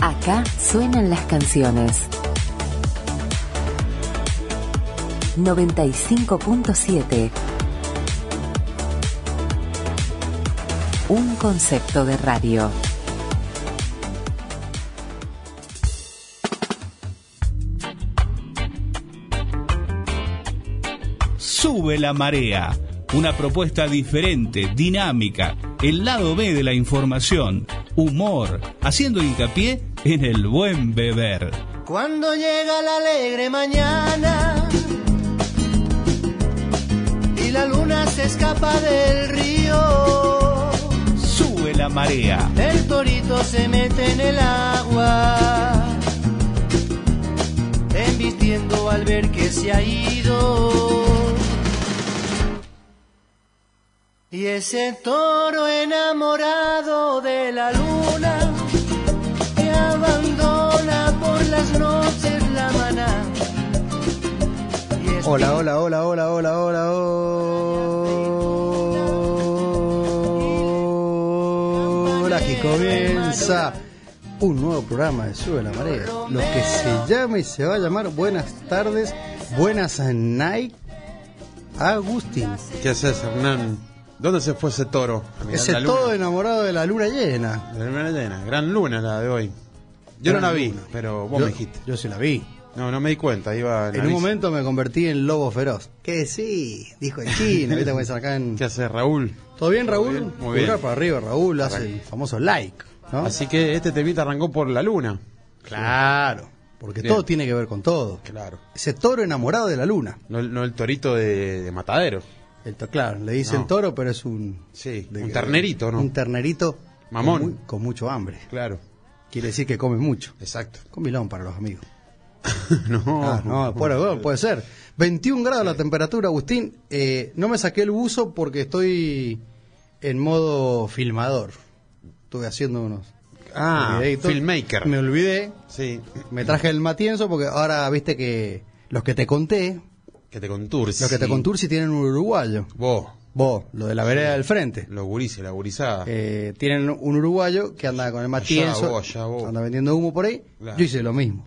Acá suenan las canciones. 95.7 Un concepto de radio. Sube la marea. Una propuesta diferente, dinámica, el lado B de la información, humor, haciendo hincapié en el buen beber. Cuando llega la alegre mañana y la luna se escapa del río, Sube la marea. el torito se mete en el agua, embistiendo al ver que se ha ido. Y ese toro enamorado de la luna que abandona por las noches la maná. Y es Hola, hola, hola, hola, hola, hola, hola. Aquí comienza un nuevo programa de Sube la Marea. Lo que se llama y se va a llamar Buenas tardes, Buenas night, Agustín. ¿Qué haces, Hernán? ¿Dónde se fue ese toro? A mirar Ese la luna. todo enamorado de la luna llena. La luna llena. Gran luna la de hoy. Yo no la vi, pero vos Yo- me dijiste. Yo sí la vi. No, no me di cuenta. Iba En un nariz. momento me convertí en lobo feroz. Que sí, dijo el chino. Viste cómo es acá en- ¿Qué haces, Raúl? ¿Todo bien, Raúl? bien, muy Pulgar bien. para arriba, Raúl hace el famoso like. ¿no? Así que este temita arrancó por la luna. Claro, porque Bien. todo tiene que ver con todo. Claro. Ese toro enamorado de la luna. No, el- no el torito de, de matadero. El to- claro, le dicen No. toro, pero es un... Sí, de- un ternerito, ¿no? Un ternerito... Mamón. Con, mu- con mucho hambre. Claro. Quiere decir que come mucho. Exacto. Comilón para los amigos. no. Ah, no, por algo, puede ser. 21 grados la temperatura, Agustín. Eh, no me saqué el buzo porque estoy en modo filmador. Estuve haciendo unos... Ah, videitos. filmmaker. Me olvidé. Sí. Me traje el matienzo porque ahora viste que los que te conté, Que te conturce. los que te conturci tienen un uruguayo. Vos, Vos, lo de la vereda del frente. los gurises, la gurizada. Eh, tienen un uruguayo que anda con el matienzo, vos, allá vos. anda vendiendo humo por ahí. Claro. Yo hice lo mismo.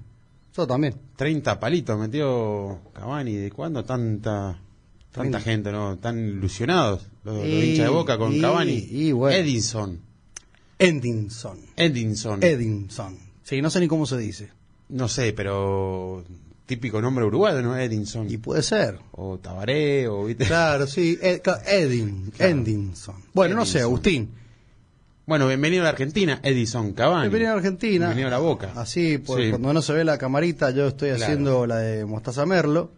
Yo también. 30 palitos metió Cavani. ¿De cuándo tanta tanta Treinta. gente, no? Tan ilusionados los, los Y- hinchas de Boca con y- Cavani. y bueno. Edinson. Edinson. Edinson. Edinson. Sí, no sé ni cómo se dice. no sé, pero típico nombre uruguayo, ¿no? Edinson. Y puede ser. O Tabaré, o ¿viste? Claro, sí. Ed- ca- Edin, eh, Claro. Edinson. Bueno, no sé, Edinson. Agustín. Bueno, bienvenido a la Argentina, Edison Cavani. Bienvenido a Argentina. Bienvenido a la Boca. Así, por- Sí, cuando no se ve la camarita, yo estoy Claro. haciendo la de Mostaza Merlo.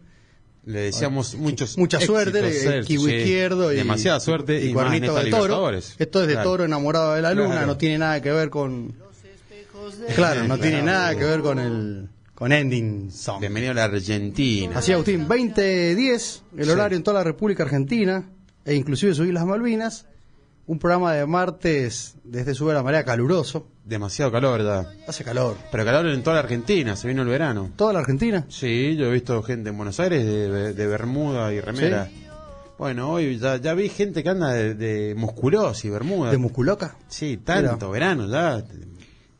Le deseamos muchos Mucha éxitos, suerte, el Sergio, kiwi sí. izquierdo y. Demasiada suerte y, y, más en cuernito esta de toro. Libertadores. Esto es de Claro. toro enamorado de la luna, Claro. no tiene nada que ver con. espejos de- Claro, no tiene Claro. nada que ver con el. con Ending Song. Bienvenido a la Argentina. Así, Agustín, 2010, el Sí. horario en toda la República Argentina, e inclusive subir las Malvinas. Un programa de martes desde Sube la Marea caluroso. Demasiado calor, ¿verdad? Hace calor. Pero calor en toda la Argentina, se vino el verano. Toda la Argentina. Sí, yo he visto gente en Buenos Aires de, de Bermuda y remera. Sí. Bueno, hoy ya, ya vi gente que anda de, de musculosos y Bermuda. De musculoca. sí, tanto, Mira. verano ya.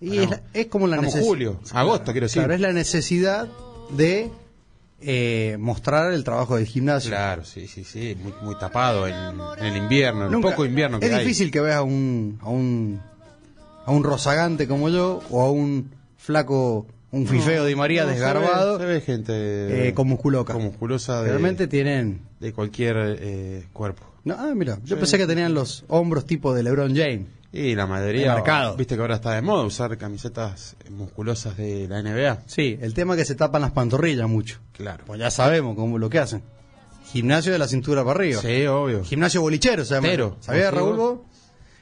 Y Bueno, es, la- es como la estamos necesi- julio, agosto, quiero decir. Claro, es la necesidad de eh, mostrar el trabajo del gimnasio. Claro, sí, sí, sí, muy, muy tapado en, en el invierno, en el Nunca- poco invierno que Es hay. difícil que veas a un, a un a un rozagante como yo o a un flaco, un fifeo de María No, se desgarbado ve- Se ve, gente eh, con musculoca. con musculosa de, Realmente tienen. de cualquier eh, cuerpo. No, ah, mira, yo pensé que tenían los hombros tipo de LeBron James. Y la mayoría, Marcado. viste que ahora está de moda usar camisetas eh, musculosas de la NBA. Sí, el tema es que se tapan las pantorrillas mucho. Claro. Pues ya sabemos cómo lo que hacen. Gimnasio de la cintura para arriba. Sí, obvio. Gimnasio bolichero se llama. Pero, ¿Sabías, ¿sí Raúl? vos? vos?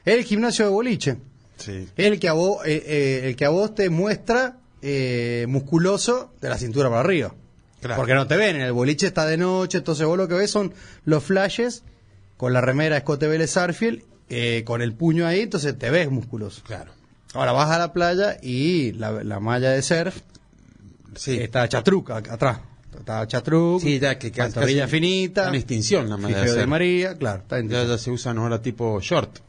El gimnasio de boliche. Sí. El que a vos, eh, eh, el que a vos te muestra eh, musculoso de la cintura para arriba. Claro. Porque no te ven, en el boliche está de noche, entonces vos lo que ves son los flashes con la remera Escote Vélez Arfield, eh, con el puño ahí, entonces te ves musculoso. Claro. Ahora vas a la playa y la, la malla de surf Sí. está chatruca ac- atrás. Está chatruca, Sí, ya que- que pantorrilla casi- finita, está en extinción la malla de fifeo surf. María, claro, está en Ya, ya se usan ahora tipo short.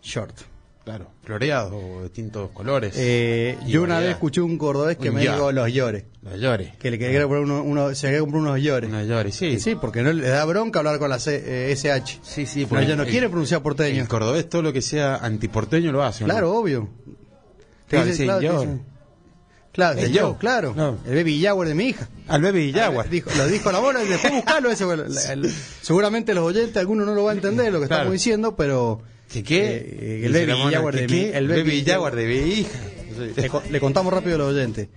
short. Claro, floreados o de distintos colores. Eh, Y yo una variedad. vez escuché un cordobés que Un me ya. dijo los llores. Los llores. Que le quería comprar uno, uno- se quería comprar unos llores. Los llores, sí. Sí, porque no le da bronca hablar con la C- eh, SH. Sí, sí, Pero porque ella no el- quiere pronunciar porteño. El cordobés, todo lo que sea antiporteño lo hace. ¿o no? Claro, obvio. Te dicen, Claro, dicen, claro, te yo. dicen- claro, El el yo. yo, claro. No. El baby Jaguar de mi hija. Ah, Al bebé Jaguar. Dijo- lo dijo la bola y después buscarlo ese. bueno, la- el- seguramente los oyentes, algunos no lo van a entender lo que Claro. estamos diciendo, pero ¿Qué qué? Eh, el Baby Dice la mona, Jaguar ¿qué, de qué? mi- El el Baby Baby Jaguar de mi hija. le, co- le contamos rápido a los oyentes.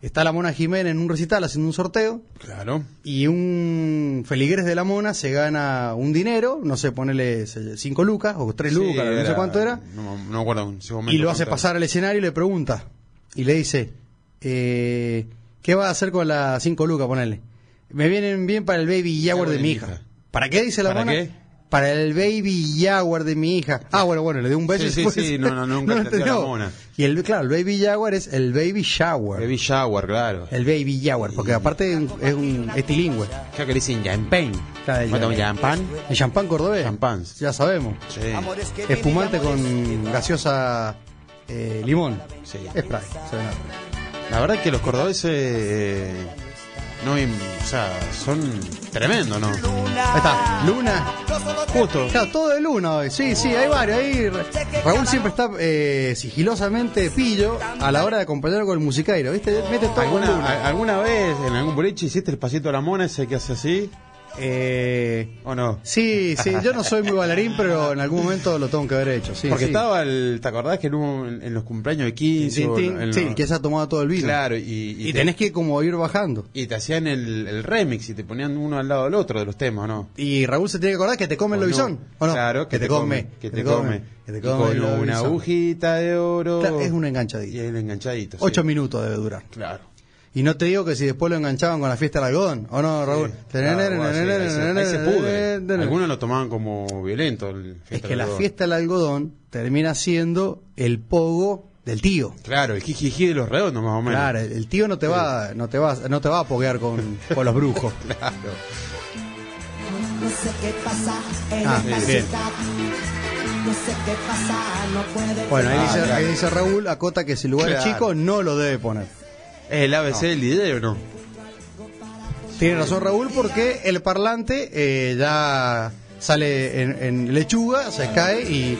Está la Mona Jiménez en un recital haciendo un sorteo Claro. y un feligrés de la Mona se gana un dinero, no sé, ponele 5 lucas o 3 Sí, lucas, no sé era- cuánto era. No, no me acuerdo en ese momento y lo hace cuánto pasar al escenario y le pregunta y le dice eh, ¿qué va a hacer con las 5 lucas ponele? me vienen bien para el baby jaguar de mi hija ¿para qué dice la ¿Para mona? qué? para el baby jaguar de mi hija ah bueno bueno le dio un beso Sí, y sí, se fue. sí, no, no, nunca lo entendió la entendió. mona. y el claro el baby jaguar es el baby shower era. Baby Jaguar, claro. el baby jaguar porque aparte es un, es un estilingüe Ya que le dicen champagne. Claro, ¿Cómo ya. estamos, champagne? el champán cordobés Champán. ya sabemos Sí. espumante con gaseosa eh, limón Sí. spray se ve nada. La verdad que los cordobeses eh, no, im- o sea, son tremendo, ¿no? Ahí está, Luna. Justo. Claro, todo de Luna hoy. Sí, sí, hay varios. Ahí Ra- Raúl siempre está eh, sigilosamente pillo a la hora de acompañarlo con el musicairo, ¿viste? Mete todo con ¿Alguna, Luna. a- ¿Alguna vez en algún boliche hiciste el pasito a la mona ese que hace así? Eh, ¿O no? sí, sí, yo no soy muy bailarín, pero en algún momento lo tengo que haber hecho. Sí, Porque sí. estaba el. ¿Te acordás que en, un- en- en los cumpleaños de 15? Tin, o tin, en sí, los- que se ha tomado todo el vino. Claro, y, y Y te- tenés que como ir bajando. y te hacían el, el remix y te ponían uno al lado del otro de los temas, ¿no? Y Raúl se tiene que acordar que te come el ¿O no? lobizón, ¿o no? Claro, que, te, come, Que te come. Que te Y come. el con una lobizón. agujita de oro. Claro, es una Y enganchadita. el enganchadito. sí. Ocho minutos debe durar. Claro. Y no te digo que si después lo enganchaban con la fiesta del algodón, ¿o no, Raúl? Sí. Claro, bueno, sí, ahí se- ahí se pudre. Algunos lo tomaban como violento. el Es que fiesta del la algodón. fiesta del algodón termina siendo el pogo del tío. Claro, el jijiji de los redondos, más o menos. Claro, el- el tío no te va, no te va, no te va a poguear con, con los brujos. Claro. No sé qué pasa en Ah, esta bien. ciudad. No sé qué pasa, no puede. Bueno, ahí, Ah, dice, claro. ahí dice Raúl, acota que si el lugar es Claro. chico no lo debe poner. ¿Es el ABC del video o no? Tiene razón Raúl porque el parlante eh, ya sale en, en lechuga, se cae y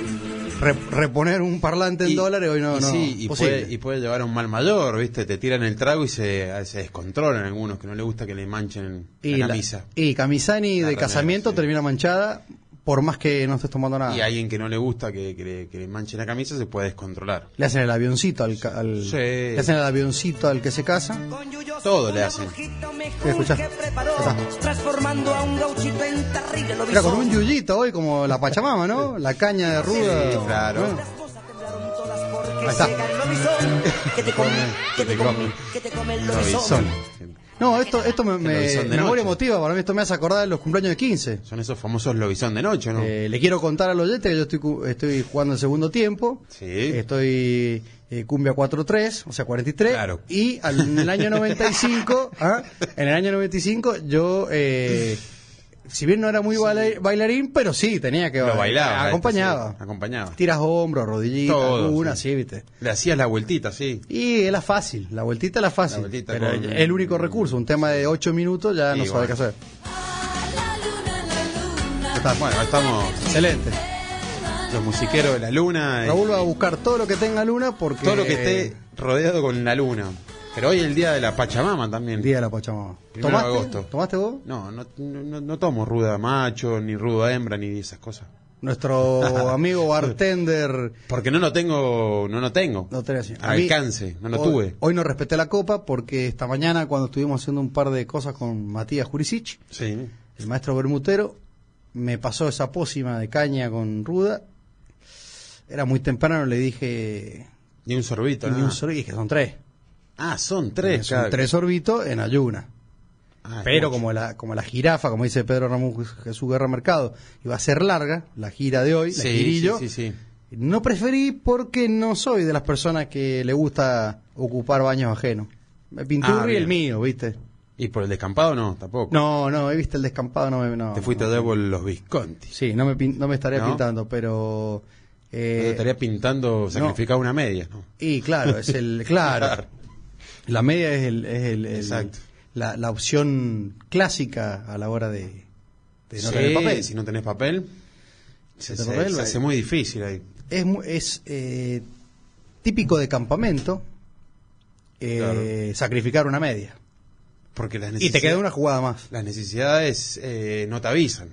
re- reponer un parlante en Y- dólares hoy no, y no sí, y posible. puede, y puede llevar a un mal mayor, ¿viste? Te tiran el trago y se, se descontrolan algunos que no le gusta que le manchen Y la la- camisa. y Camisani La de remera, casamiento sí. termina manchada por más que no estés tomando nada. Y alguien que no le gusta que, que le, que le manchen la camisa se puede descontrolar. Le hacen el avioncito al, ca- al- Sí. le hacen el avioncito al que se casa. Todo le hacen. escuchá. Transformando a un gauchito en terrible Mira, con un lobizón. yuyito hoy como la Pachamama, ¿no? La caña de ruda. Sí, claro. Bueno, Las cosas temblaron todas porque Ahí está. llega el lobizón. Que te come, que te come, que te come el lobizón. Son, No, esto, esto me, me- Pero son de memoria noche. emotiva, para mí esto me hace acordar de los cumpleaños de 15. son esos famosos lobizón de noche, ¿no? Eh, le quiero contar al oyente que yo estoy, cu- estoy jugando el segundo tiempo. Sí. Estoy eh, cumbia 4-3, o sea, 43. Claro. Y al, en el año 95, ah, en el año 95 yo, eh, si bien no era muy baila- bailarín, pero sí, tenía que Lo bailar. bailaba. Acompañaba. este, sí, acompañaba. Tiras hombros, rodillitas, Todo, algunas, sí. sí, viste. Le hacías la vueltita, sí. Y es la fácil, la vueltita es la fácil. La vueltita pero con- el único recurso, un tema de 8 minutos ya Y no sabe bueno. qué hacer. Bueno, estamos Excelente. los musiqueros de la luna. eh, Raúl va a buscar todo lo que tenga luna porque... todo lo que esté rodeado con la luna. Pero hoy es el día de la Pachamama también. Día de la Pachamama. Primero de ¿Tomaste? agosto. ¿Tomaste vos? No, no, no, no tomo ruda macho, ni ruda hembra, ni esas cosas. Nuestro amigo bartender. Porque no lo tengo, no lo tengo. No tenés así. A mí- alcance, no lo hoy, tuve. Hoy no respeté la copa porque esta mañana, cuando estuvimos haciendo un par de cosas con Matías Jurisic, Sí. el maestro Bermutero, me pasó esa pócima de caña con ruda. Era muy temprano, le dije. Ni un sorbito, Ni nada. un solo, y dije, son tres. Ah, son tres. Son cada- tres sorbitos en ayuna. Ah, es Pero mucho. como la, como la jirafa, como dice Pedro Ramón Jesús Guerra Mercado, iba a ser larga, la gira de hoy, la Sí, girillo, sí, sí, sí. No preferí porque no soy de las personas que le gusta ocupar baños ajenos. Me Ah, pinturri bien. el mío, ¿viste? ¿Y por el descampado no? Tampoco. No, no, he visto el descampado, no me. no, Te fuiste no. a Devil los Visconti. Sí, no me, pin- no me estaría ¿No? pintando, pero Eh, Entonces estaría pintando sacrificado una media, ¿no? Y claro, es el. Claro. Claro. La media es, el, es el- el- Exacto. la, la opción clásica a la hora de, de no Sí, tener papel. Si no tenés papel, se, Si no se- tenés papel, se vale. hace muy difícil ahí. Es, mu- es eh, típico de campamento eh, Claro. sacrificar una media. Porque las Y te necesidades, queda una jugada más. las necesidades eh, no te avisan.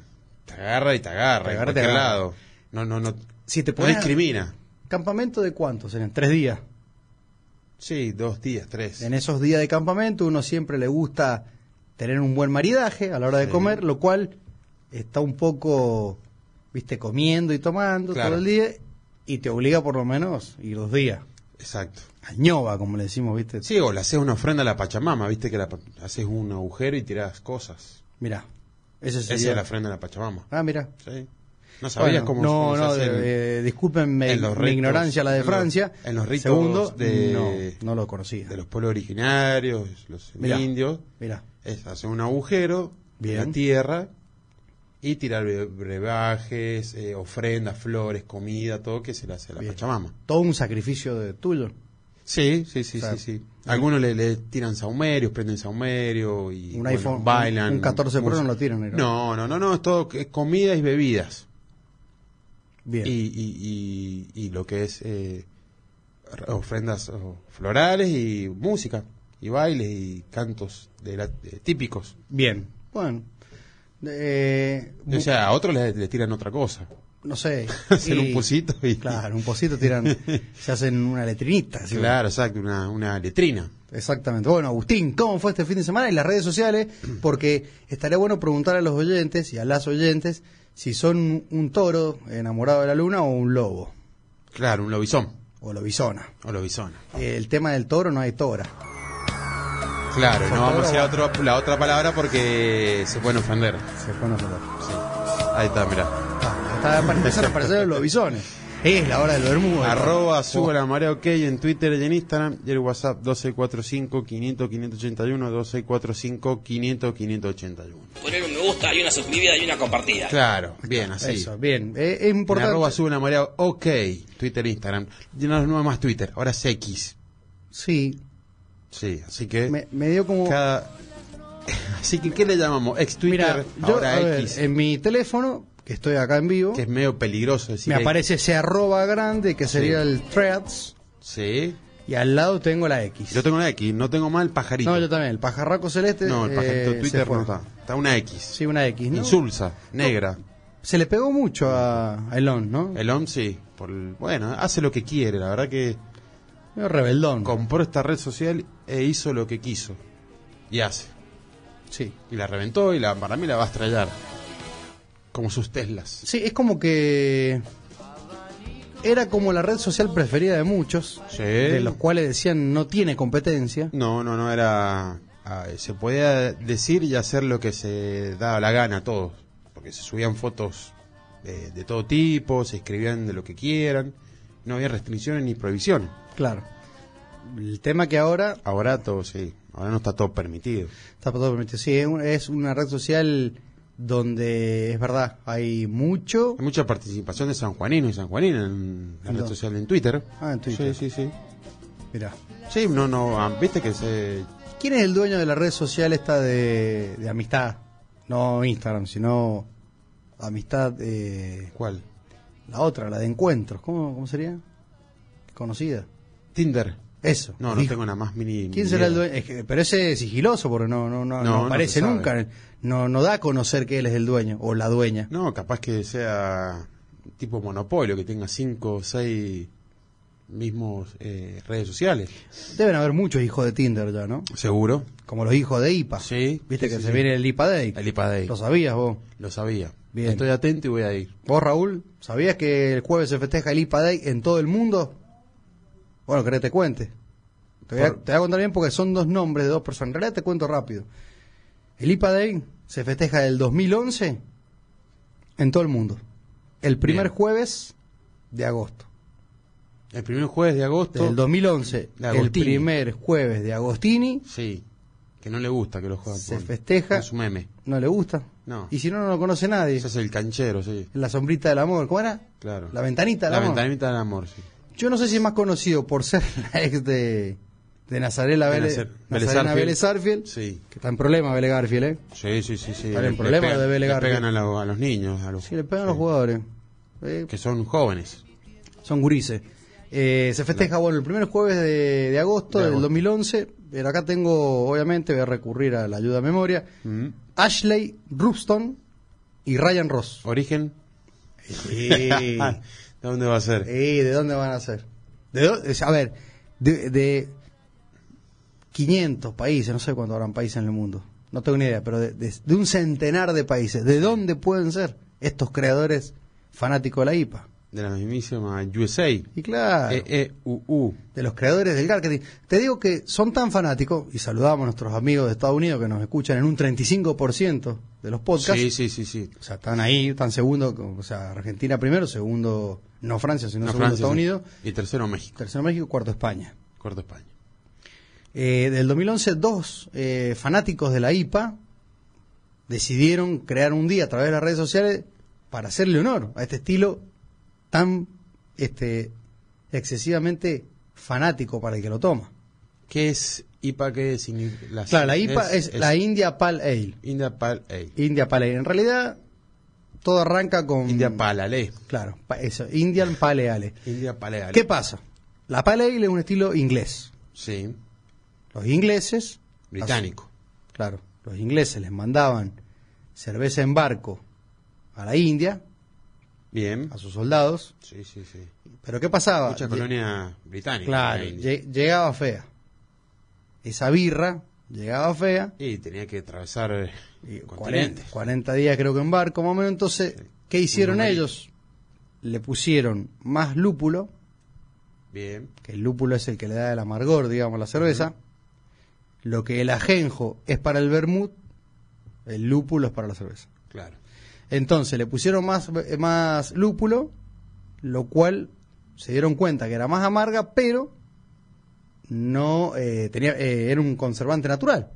Te agarra y te agarra. Te en agarra y te cualquier agarra. lado. No, no, no. Si te no pones a- discrimina. ¿Campamento de cuántos? En tres días. Sí, dos días, tres. En esos días de campamento uno siempre le gusta tener un buen maridaje a la hora de Sí. comer, lo cual está un poco, viste, comiendo y tomando Claro. todo el día y te obliga por lo menos ir dos días. Exacto. Añoba, como le decimos, viste. Sí, o le haces una ofrenda a la Pachamama, viste que la pa- haces un agujero y tirás cosas. Mirá, ese Esa sería... es la ofrenda a la Pachamama. Ah, mira. Sí. No sabías cómo, no, cómo se no, hace el- de- eh, discúlpenme en los mi ritos, ignorancia, la de en los- Francia. en los ritos Segundo, de- no, no lo conocía. de los pueblos originarios, los Mirá. indios. Mirá, Es hacer un agujero en Bien. la tierra y tirar bre- brebajes, eh, ofrendas, flores, comida, todo que se le hace a la Bien. Pachamama. todo un sacrificio de tuyo. Sí, sí, sí, O sea, sí, sí. Algunos le, le tiran saumerios, prenden saumerio y Un iPhone, un- bailan. un 14 Pro música. no lo tiran, ¿no? No, no, no, no, es todo es comida y bebidas. Bien. Y, y, y, y lo que es eh, r- ofrendas o, florales y música y bailes y cantos de la- de típicos. Bien. Bueno. eh, O sea, a otros le, le tiran otra cosa. no sé. Hacen y- un pocito y... Claro, un pocito tiran. se hacen una letrinita. así. Claro, exacto, una, una letrina. Exactamente. Bueno, Agustín, ¿cómo fue este fin de semana? Y las redes sociales, porque estaría bueno preguntar a los oyentes y a las oyentes si son un toro enamorado de la luna o un lobo Claro, un lobizón o lobizona. o lobizona. El tema del toro no hay tora. Claro, no vamos a decir la otra, la otra palabra porque se pueden ofender. Se pone a tocar. Sí. Ahí está, mirá. Ah, está, para empezar a aparecer los lobizones. Es la hora del Bermuda. Arroba, suba la marea ok en Twitter y en Instagram y el WhatsApp 2645-500-581, 2645-500-581. Poner un me gusta, hay una suscribida y una compartida. Claro, bien, así. Eso, bien. Eh, es En importante. arroba, suba la marea ok, Twitter e Instagram. Ya no, no es más Twitter, ahora es X. Sí, Sí, así que... me, me dio como... Cada- Así que, ¿qué le llamamos? Ex Mira, Twitter, yo ahora a ver, X, en mi teléfono, que estoy acá en vivo, que es medio peligroso decir me X. aparece ese arroba grande que sería Sí. el threads Sí. y al lado tengo la X. Yo tengo una X, no tengo mal pajarito. no, yo también. El pajarraco celeste. No, el pajarito eh, de se Twitter fue. no está. Está una X. Sí, una X, ¿no? Insulsa, negra. Se le pegó mucho a a Elon, ¿no? El OM sí. Por el- bueno, hace lo que quiere. La verdad que Medio rebeldón. compró esta red social e hizo lo que quiso. Y hace. Sí. Y la reventó y la, para mí la va a estrellar. Como sus Teslas. Sí, es como que era como la red social preferida de muchos, Sí. de los cuales decían no tiene competencia. No, no, no era. ah, se podía decir y hacer lo que se daba la gana a todos. Porque se subían fotos eh, de todo tipo, se escribían de lo que quieran. No había restricciones ni prohibiciones. Claro. El tema que ahora Ahora todo sí. Ahora no está todo permitido. está todo permitido. Sí, es un- es una red social donde es verdad, hay mucho. Hay mucha participación de sanjuaninos y sanjuaninas en la red Entonces. social en Twitter. Ah, en Twitter. Sí, sí, sí. Mirá. Sí, no, no. ah, Viste que se. ¿Quién es el dueño de la red social esta de, de amistad? No Instagram, sino amistad, eh, ¿Cuál? la otra, la de encuentros. ¿Cómo, cómo sería? Conocida. Tinder. Eso. No, no Dijo. tengo nada más mini. ¿Quién ni será el idea. dueño? Es que- pero ese es sigiloso porque no, no, no, No, no no aparece se sabe. nunca. No, no da a conocer que él es el dueño o la dueña. No, capaz que sea tipo monopolio, que tenga cinco o seis mismos eh, redes sociales. Deben haber muchos hijos de Tinder ya, ¿no? Seguro. Como los hijos de IPA. Sí, Viste sí, que sí, se sí. viene el IPA Day. El IPA Day. Lo sabías vos. Lo sabía. Bien. Estoy atento y voy a ir. Vos, Raúl, ¿sabías que el jueves se festeja el IPA Day en todo el mundo? Bueno, querés que te cuente. Te voy, a, Por- te voy a contar bien porque son dos nombres de dos personas. En realidad te cuento rápido. El IPA Day se festeja del 2011 en todo el mundo. El primer Bien. jueves de agosto. El primer jueves de agosto. Del 2011, De el Agostini. primer jueves de Agostini, Sí. que no le gusta que lo jodan. Se con- festeja. Con su meme. No le gusta. No. Y si no, no lo conoce nadie. Ese es el canchero, sí. La sombrita del amor, ¿cómo era? Claro. La ventanita del La amor. ventanita del amor, sí. Yo no sé si es más conocido por ser la ex de, de Nazarela De Vélez, Nacer- Nazarena Vélez Vélez Arfield. Sí. Que está en problema Vélez Garfield, ¿eh? Sí, sí, sí. sí. Ahora el Le problema pegan- de Vélez le Garfield. pegan a, lo- a los niños. A los, Sí, le pegan a sí, los jugadores. Eh, Que son jóvenes. son gurises. Eh, se festeja, bueno, el primer jueves de, de agosto De del agosto. 2011, pero acá tengo, obviamente, voy a recurrir a la ayuda a memoria, Ashley Rubston y Ryan Ross. ¿Origen? Sí. Eh. ¿Dónde va a ser? ¿De dónde van a ser? De, dó- es- a ver, de, de 500 países, no sé cuántos habrán países en el mundo, no tengo ni idea, pero de, de- de un centenar de países, ¿de dónde pueden ser estos creadores fanáticos de la IPA? De la mismísima USA. Y claro. Eh, E E-E-U-U. de los creadores del marketing. Te digo que son tan fanáticos, y saludamos a nuestros amigos de Estados Unidos que nos escuchan en un 35% de los podcasts. Sí, sí, sí, sí. O sea, están ahí, están segundo, o sea, Argentina primero, segundo, no Francia, sino No, segundo Francia, Estados sí. Unidos, Y tercero México. tercero México, cuarto España. Cuarto España. Eh, del 2011, dos eh, fanáticos de la IPA decidieron crear un día a través de las redes sociales para hacerle honor a este estilo tan este, excesivamente fanático para el que lo toma. ¿Qué es IPA? ¿Qué significa? La, Claro, la IPA es, la India Pale Ale. India Pal Ale. India Pale Ale. En realidad, todo arranca con. India Pal Ale. Claro, pa- eso, Indian Pale Ale. India Pal Ale. ¿Qué pasa? La Pale Ale es un estilo inglés. Sí. Los ingleses. Británico. Claro, los ingleses les mandaban cerveza en barco a la India, Bien. a sus soldados. Sí, sí, sí. Pero ¿qué pasaba? Mucha Lle- colonia británica. Ah, Claro, la India. lle- llegaba fea. Esa birra llegaba fea. Y tenía que atravesar eh, Y 40, continentes. 40 días creo que en barco, más o menos. Entonces, ¿qué hicieron Una marina. ellos? Le pusieron más lúpulo, Bien. que el lúpulo es el que le da el amargor, digamos, a la cerveza. Lo que el ajenjo es para el vermut, el lúpulo es para la cerveza. Claro. Entonces, le pusieron más, eh, más lúpulo, lo cual se dieron cuenta que era más amarga, pero no eh, tenía, eh, era un conservante natural.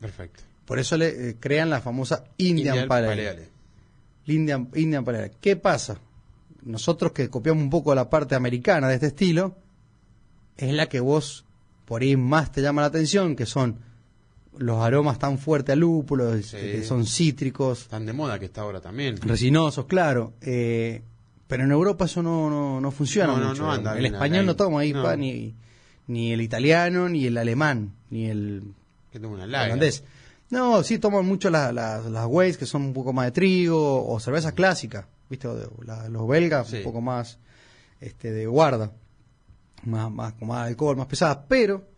Perfecto. Por eso le eh, crean la famosa Indian, Pale Ale. Ale. Indian, Indian Pale Ale. ¿Qué pasa? Nosotros que copiamos un poco la parte americana de este estilo, es la que vos por ahí más te llama la atención, que son los aromas tan fuertes a lúpulo, Sí. que son cítricos, Tan de moda que está ahora también. resinosos, claro. eh, pero en Europa eso no, no, no funciona No, no, mucho, no anda digamos. El bien español ahí. no toma IPA, No. ni, ni el italiano, ni el alemán, ni el Que tengo una larga. holandés. No, sí toman mucho la- la- las Weiss, que son un poco más de trigo, o cervezas clásicas, ¿viste? O de- la- los belgas, Sí. un poco más este, de guarda, más, más, con más alcohol, más pesadas, pero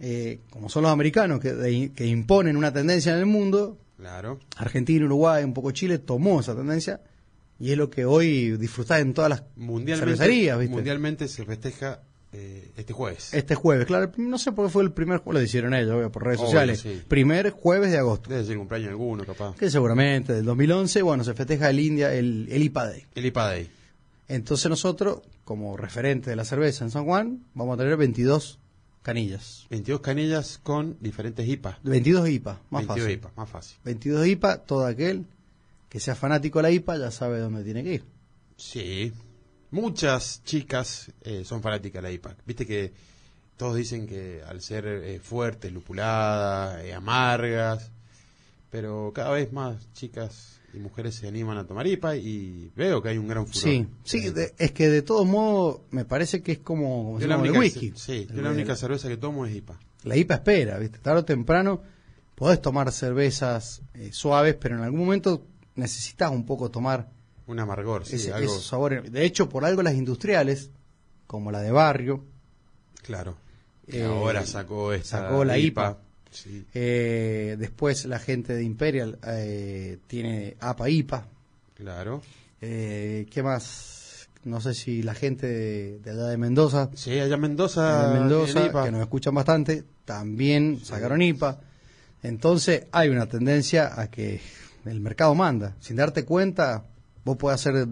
eh, como son los americanos que, de- que imponen una tendencia en el mundo, Claro. Argentina, Uruguay, un poco Chile, tomó esa tendencia y es lo que hoy disfrutás en todas las cervecerías, Mundialmente, ¿viste? mundialmente se festeja eh, este jueves. Este jueves, claro, no sé por qué fue el primer jueves, lo hicieron ellos, obvio, por redes Obvio, sociales. sí. Primer jueves de agosto. Debe ser el cumpleaños de alguno, capaz. que seguramente del 2011, bueno, se festeja el India, el, el IPA Day. El IPA Day. Entonces nosotros, como referente de la cerveza en San Juan, vamos a tener 22 canillas. 22 canillas con diferentes IPA. 22 IPA, más 22 fácil. IPA, más fácil. 22 IPA, todo aquel que sea fanático de la IPA ya sabe dónde tiene que ir. Sí. Muchas chicas eh, son fanáticas de la IPA. Viste que todos dicen que al ser eh, fuertes, lupuladas, eh, amargas, pero cada vez más chicas y mujeres se animan a tomar IPA y veo que hay un gran furor. Eh, Sí, sí, de- es que de todos modos me parece que es como, como Yo la el única, whisky. Eh, sí, yo El- la única el- cerveza que tomo es IPA. la IPA espera, ¿viste? Tarde o temprano podés tomar cervezas eh, suaves, pero en algún momento necesitas un poco tomar Un amargor, sí, ese- algo. esos sabores. De hecho, por algo las industriales, como la de barrio, Claro. Eh, ahora sacó esta sacó la IPA. Sí. eh, después la gente de Imperial eh, tiene APA IPA, Claro. eh, ¿qué más? No sé si la gente de, de allá de Mendoza, Sí, allá en Mendoza. de tiene Mendoza, IPA. que nos escuchan bastante, también sacaron IPA. Entonces hay una tendencia a que el mercado manda. Sin darte cuenta, vos podés hacer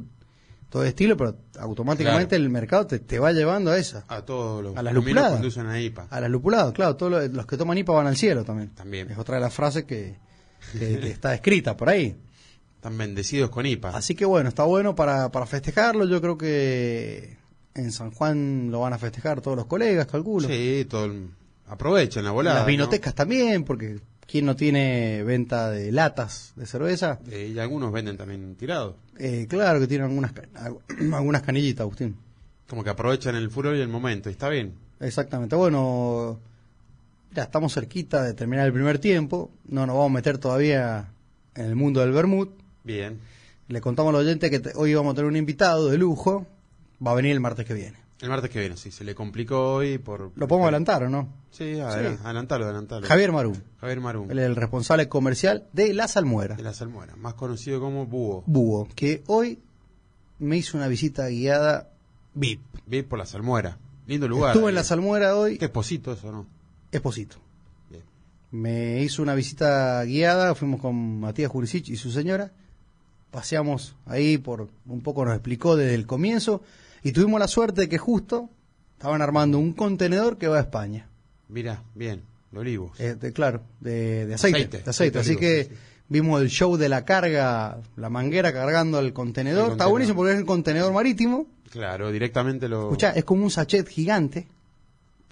todo este estilo, pero automáticamente Claro. Ah. el mercado te, te va llevando a esa. A todos los A las caminos lupuladas. conducen a IPA. A las lupuladas, claro, todos los, los que toman IPA van al cielo también. También. Es otra de las frases que, que- que está escrita por ahí. Están bendecidos con IPA. Así que bueno, está bueno para, para festejarlo. Yo creo que en San Juan lo van a festejar todos los colegas, calculo. Sí, todo el- aprovechan la volada. las ¿no? vinotecas también, porque ¿quién no tiene venta de latas de cerveza? Eh, y algunos venden también tirados. Eh, claro que tienen algunas, ca- algu- algunas canillitas, Agustín. Como que aprovechan el furor y el momento. y Está bien. Exactamente. Bueno, mira, estamos cerquita de terminar el primer tiempo. No nos vamos a meter todavía en el mundo del Bermud. Bien. Le contamos a los oyentes que te- hoy vamos a tener un invitado de lujo. Va a venir el martes que viene. El martes que viene, sí. Se le complicó hoy por... Lo podemos adelantar, ¿o no? Sí, adela- adelantalo, adelantalo. Javier Marú. Javier Marum. Él es el responsable comercial de La Salmuera. De la salmuera. Más conocido como Búho. Búho, que hoy me hizo una visita guiada VIP. Bien por la salmuera. Lindo lugar. Estuve eh. en La Salmuera hoy, ¿Qué esposito eso, no? Esposito. Bien. Me hizo una visita guiada, fuimos con Matías Jurisic y su señora, paseamos ahí por, un poco nos explicó desde el comienzo, y tuvimos la suerte de que justo estaban armando un contenedor que va a España. Mirá, bien. De olivos. Eh, de- claro, de, de aceite. Aceite, de aceite. aceite Así olivo, que sí, sí. vimos el show de la carga, la manguera cargando el contenedor. El Está contenedor. buenísimo porque es el contenedor marítimo. Claro, directamente lo... Escuchá, es como un sachet gigante.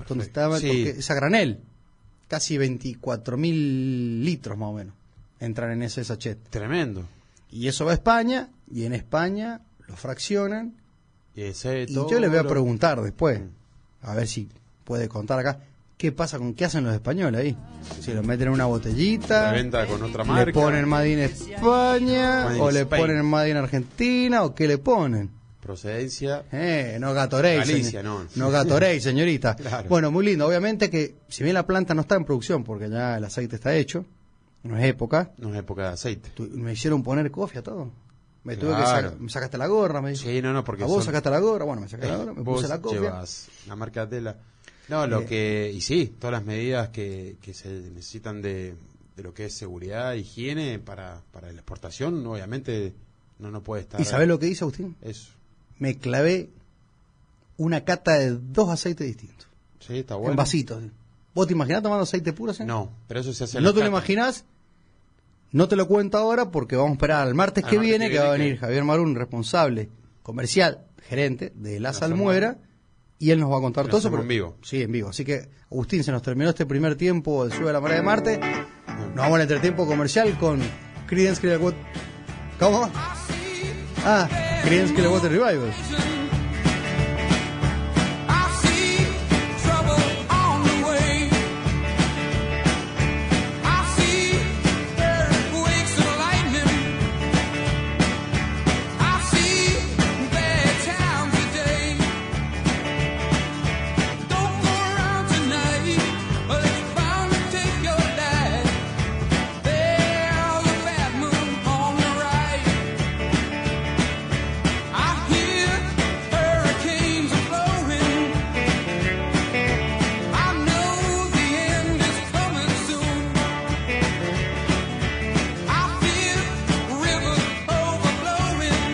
Donde estaba, Sí. porque es a granel. Casi 24.000 litros más o menos entran en ese sachet. Tremendo. Y eso va a España, y en España lo fraccionan. Y, ese Y todo Mm. yo le voy a lo- preguntar después, a ver si puede contar acá, qué pasa con qué hacen los españoles ahí. Si lo meten en una La botellita, venta con otra marca. le ponen Made in España, Made in o le Spain. ponen Made in Argentina, o qué le ponen. Procedencia. Eh, no Gatorade. Galicia, señor- no. No Gatorade, señorita. Claro. Bueno, muy lindo. Obviamente que, si bien la planta no está en producción, porque ya el aceite está hecho, no es época, No es época de aceite. tu- me hicieron poner cofia todo. Me tuve que Claro. sacar, me sacaste la gorra, me dijo. Sí, no, no, porque A Ah, vos son- Eh, sacaste la gorra, bueno, me sacaste la gorra, me Vos puse la cofia. llevas la marca tela. No, lo Eh. que. Y sí, todas las medidas que, que se necesitan de, de lo que es seguridad, higiene para, para la exportación, obviamente no, no puede estar. ¿Y sabés lo que hice, Agustín? Eso. Me clavé una cata de dos aceites distintos, Sí, está bueno. en vasitos. ¿Vos te imaginás tomando aceite puro? señor? No, pero eso se hace. en No la te lo cata. imaginas. No te lo cuento ahora porque vamos a esperar al martes, Al que, martes viene, que que va a viene, venir que- Javier Marún, responsable comercial, gerente de La, La Salmuera, Salmuera. y él nos va a contar Lo todo eso. hacemos pero- en vivo. Sí, en vivo. Así que, Agustín, se nos terminó este primer tiempo del Sube de la Marea de Marte. Nos vamos al entretiempo comercial con Creedence Clearwater... ¿Cómo? Ah, Creedence Clearwater Revival. I hear hurricanes are blowing. I know the end is coming soon. I feel rivers overflowing.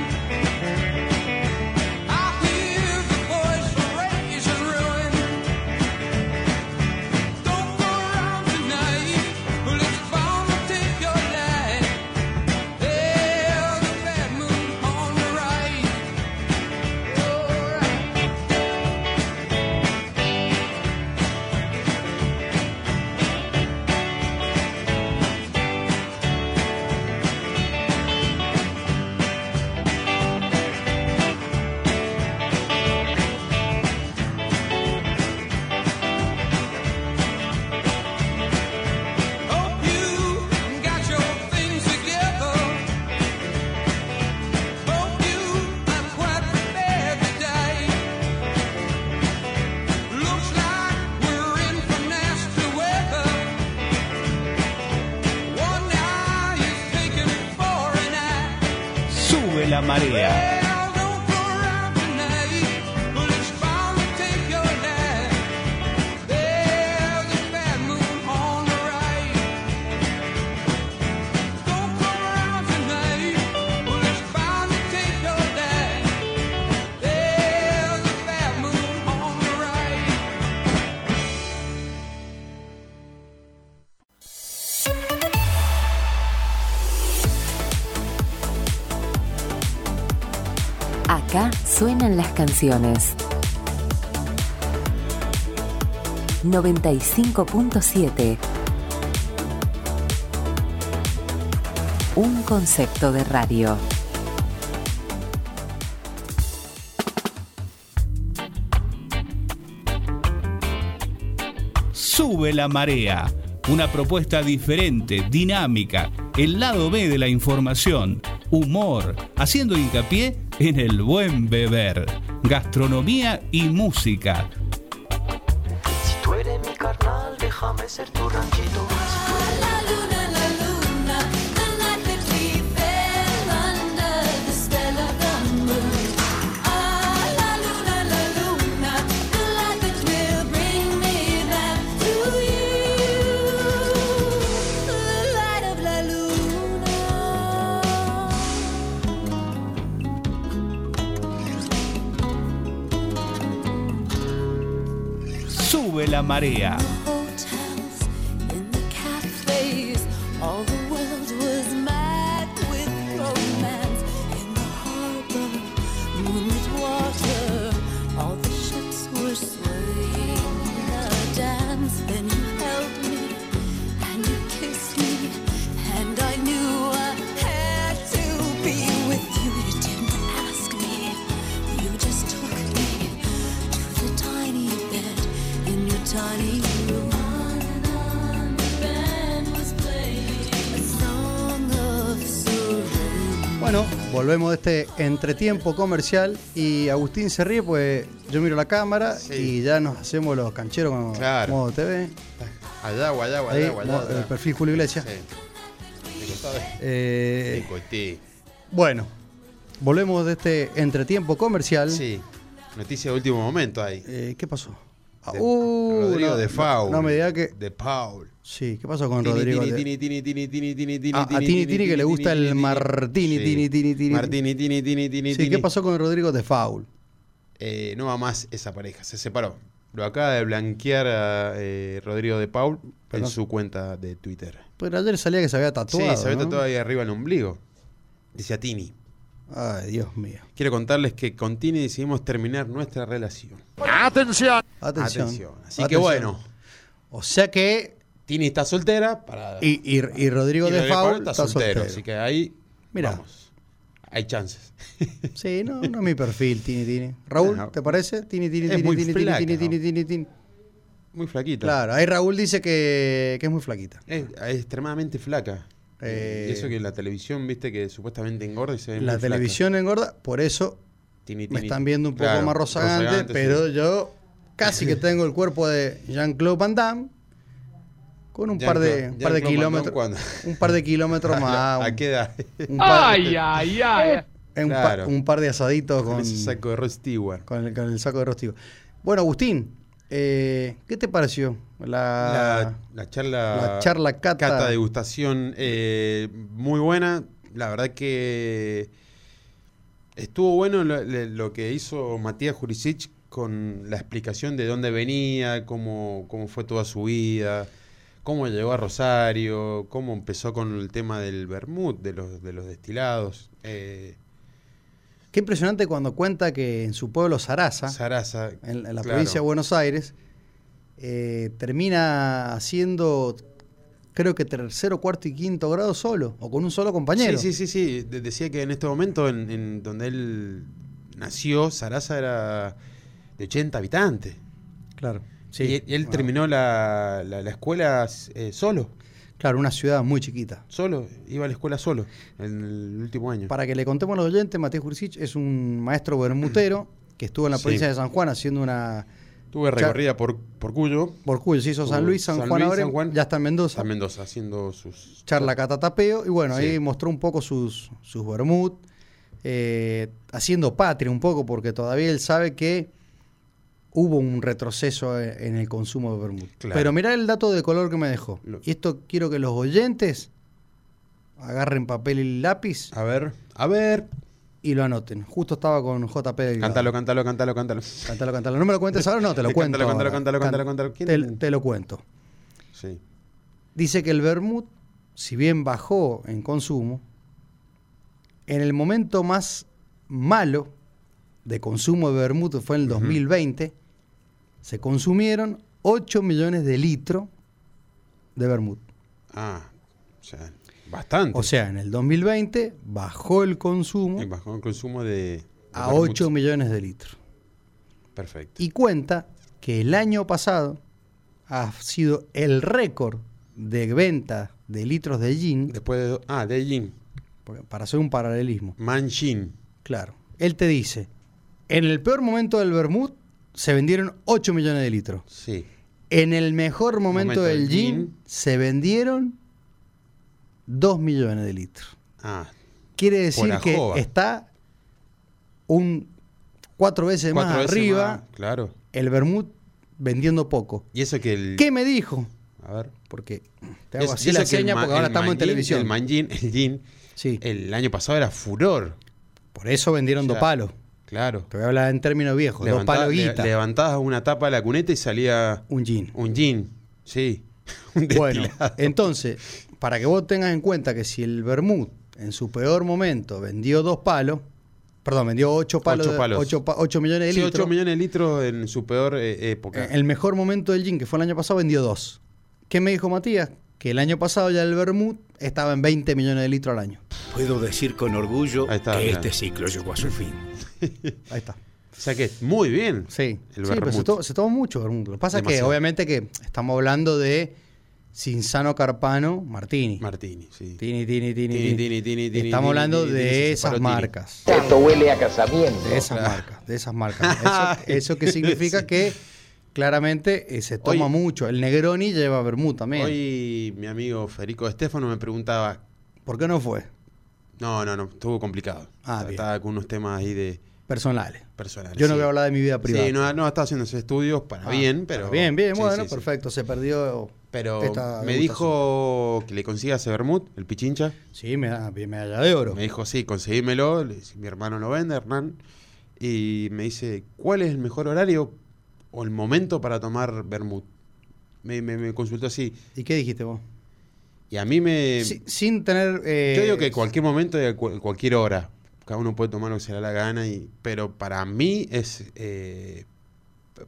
I hear the voice of rage and ruin. Don't go around tonight, well it's bound to take your life. There's a bad moon on the right. Hope you got your things together. Hope you are quite prepared today. Looks like we're in for nasty weather. One eye is taken for an eye. Sube la marea. Well, don't go around tonight, but it's bound to take your life. There's a bad moon on the right. Don't go around tonight, but it's bound to take your life. Acá suenan las canciones. 95.7 Un concepto de radio. Sube la marea. Una propuesta diferente, dinámica, el lado B de la información, humor, haciendo hincapié en el buen beber, gastronomía y música. Si tú eres mi carnal, déjame ser tu ranchito. Si tú eres la luna, la luna, the night that we fell under the spell of the moon. Ah, la luna, la luna, the light that will bring me back to you. The light of la luna. Sube la marea. hotels, in the cafes. All the world was mad with romance. In the harbor, moonlit water, all the ships were swaying the dance. Then you held me and you kissed me, and I knew I had to be with you. You didn't ask me, you just took me to the tiny bed in your tiny room. A song of surrender. Bueno, volvemos de este entretiempo comercial y Agustín se ríe pues yo miro la cámara Sí. y ya nos hacemos los cancheros con Claro. modo TV. Allá, allá, allá, Ahí, eh, allá, allá. mo- el perfil Julio Iglesias. Sí. De costado. Eh, De coté. bueno, volvemos de este entretiempo comercial. Sí. Noticia de último momento ahí. Eh, ¿Qué pasó? Ah, De- uh, Rodrigo no, de no, Faul. No, me diga que... De Paul. Sí, ¿qué pasó con Tini, Rodrigo? tini, de- tini, tini, tini, tini, tini, tini, Ah, a Tini, Tini, que le gusta el martini, tini, tini, tini. Martini, tini, tini, tini, Sí, ¿qué tini. pasó con Rodrigo de Faul? Eh, no va más esa pareja, se separó. Lo acaba de blanquear a eh, Rodrigo de Paul en Perdón. su cuenta de Twitter. Pero ayer salía que se había tatuado. sí, se ve ¿no? tatuado ahí arriba el ombligo. Dice a Tini. Ay, Dios mío. Quiero contarles que con Tini decidimos terminar nuestra relación. Atención. Así que Atención. bueno, O sea que. Tini está soltera para. Y, y- y Rodrigo y de Rodrigo Faul está, soltero, Así que ahí. Mirá. Vamos. Hay chances. Sí, no, no es mi perfil, Tini Tini. Raúl, No. ¿te parece? Tini Tini Es Tini muy Tini flaca, Tini ¿no? Tini Tini Tini. Muy flaquita. Claro, ahí Raúl dice que, que es muy flaquita. Es, es extremadamente flaca. Eh, y eso que en la televisión, viste, que supuestamente engorda y se ve La muy flaca. televisión engorda, por eso Tini, me tini. están viendo un poco Claro, más rozagante, rozagante, pero sí. yo casi que tengo el cuerpo de Jean-Claude Van Damme con un par de, Jean-Claude- par de Jean-Claude Van Damme, kilómetros. ¿cuándo? Un par de kilómetros más. ¿A un- qué edad? un par- un, par- Claro. un par de asaditos Con con, ese saco de Rod Stewart. Con el, con el saco de rostigo. Bueno, Agustín, eh, ¿qué te pareció la, La, la charla, Ah. la charla cata. degustación eh, muy buena. La verdad que estuvo bueno lo, le- lo que hizo Matías Jurisic con la explicación de dónde venía, cómo, cómo fue toda su vida, cómo llegó a Rosario, cómo empezó con el tema del vermut, de los, de los destilados. Eh, Qué impresionante cuando cuenta que en su pueblo Sarasa, Sarasa. en, en la claro. provincia de Buenos Aires, eh, termina haciendo, creo que tercero, cuarto y quinto grado solo, o con un solo compañero. Sí, sí, sí, sí. De- decía que en este momento, en, en donde él nació, Sarasa era de 80 habitantes. Claro. Sí. Ah, y, él- y él Bueno, terminó la, la- la escuela eh, solo, Claro, una ciudad muy chiquita. solo, iba a la escuela solo en el último año. Para que le contemos a los oyentes, Matías Jurisic es un maestro bermutero que estuvo en la Sí. provincia de San Juan haciendo una Tuve Cha- recorrida por, por Cuyo, Por Cuyo, se hizo Por San Luis, San, San Juan Luis, ahora, San Juan. ya está en Mendoza. a Mendoza, haciendo sus... Charla catatapeo, y bueno, Sí. ahí mostró un poco sus, sus vermut, eh, haciendo patria un poco, porque todavía él sabe que hubo un retroceso e- en el consumo de vermut. Claro. Pero mirá el dato de color que me dejó. Lo- Y esto quiero que los oyentes agarren papel y lápiz A ver, a ver. y lo anoten. Justo estaba con JP Delgado. Cántalo, cántalo, cántalo, cántalo. Cántalo, cántalo. No me lo cuentes ahora, no, te lo Cántalo, cuento. cántalo, ahora. cántalo, cántalo, Can- cántalo. ¿Quién- Te, te lo cuento. Sí. Dice que el vermut, si bien bajó en consumo, en el momento más malo de consumo de vermut fue en el 2020, se consumieron 8 millones de litros de vermut. Ah, o sea, bastante. O sea, en el 2020 bajó el consumo Y bajó el consumo de. de a vermut. 8 millones de litros. Perfecto. Y cuenta que el año pasado ha sido el récord de venta de litros de gin, Después de. Ah, de Jin. porque- para hacer un paralelismo. Man Jin. Claro. Él te dice, en el peor momento del vermut se vendieron 8 millones de litros. Sí. En el mejor momento, Momento del del gin, gin. se vendieron 2 millones de litros. Ah, Quiere Por decir la que jova. está un cuatro veces más cuatro veces arriba más, Claro. el vermut vendiendo poco. Y eso que el. ¿Qué me dijo? A ver. Porque te hago Es- así y eso la que el seña ma- porque ahora el estamos en Man Jin- televisión. El Man Jin, el Jin, sí, el año pasado era furor. por eso vendieron o sea, dos palos. Claro. Te voy a hablar en términos viejos. Levantá- dos palos le- guita. levantabas una tapa de la cuneta y salía un gin. un gin. Sí. Un Bueno, destilado. entonces, para que vos tengas en cuenta que si el Bermud en su peor momento vendió dos palos, perdón, vendió ocho palos, Ocho de- palos. ocho pa- ocho millones de Sí, litros, 8 millones de litros en su peor eh, época. eh, el mejor momento del gin, que fue el año pasado, vendió dos. ¿Qué me dijo Matías? Que el año pasado ya el Bermud estaba en 20 millones de litros al año. Puedo decir con orgullo Ahí está, que mirá. este ciclo llegó a su fin. Ahí está. O sea que muy bien. Sí, El Sí, pero se, vermut. to- se toma mucho vermut. Lo que pasa es que Demasiado. obviamente que estamos hablando de Cinzano Carpano Martini. Martini, sí. Tini, tini, tini, Tini, tini. tini, tini, tini, Estamos tini, hablando tini, de tini, se esas separó Tini. marcas. Esto huele a casamiento. De esas marcas, de esas marcas. Eso, eso que significa que claramente eh, se toma Hoy- mucho. El Negroni lleva vermut también. Hoy mi amigo Federico Estefano me preguntaba. ¿Por qué no fue? No, no, no, estuvo complicado. Ah, bien. Estaba con unos temas ahí de Personales. personales. Yo no sí. voy a hablar de mi vida privada. Sí, no, no estaba haciendo sus estudios para Ah, bien, pero. Bien, bien, sí, bueno, sí, sí. perfecto. Se perdió. Pero esta me degustación. dijo que le consigas ese vermut, el pichincha. Sí, me da medalla de oro. Me dijo, sí, conseguímelo. Le dije, Mi hermano lo vende, Hernán. Y me dice, ¿cuál es el mejor horario o el momento para tomar vermut? Me, me- me consultó así. ¿Y qué dijiste vos? Y a mí me. Si- sin tener. eh, Eh, Yo digo que cualquier momento y a cu- cualquier hora. Cada uno puede tomar lo que se le da la gana. Y, pero para mí es eh,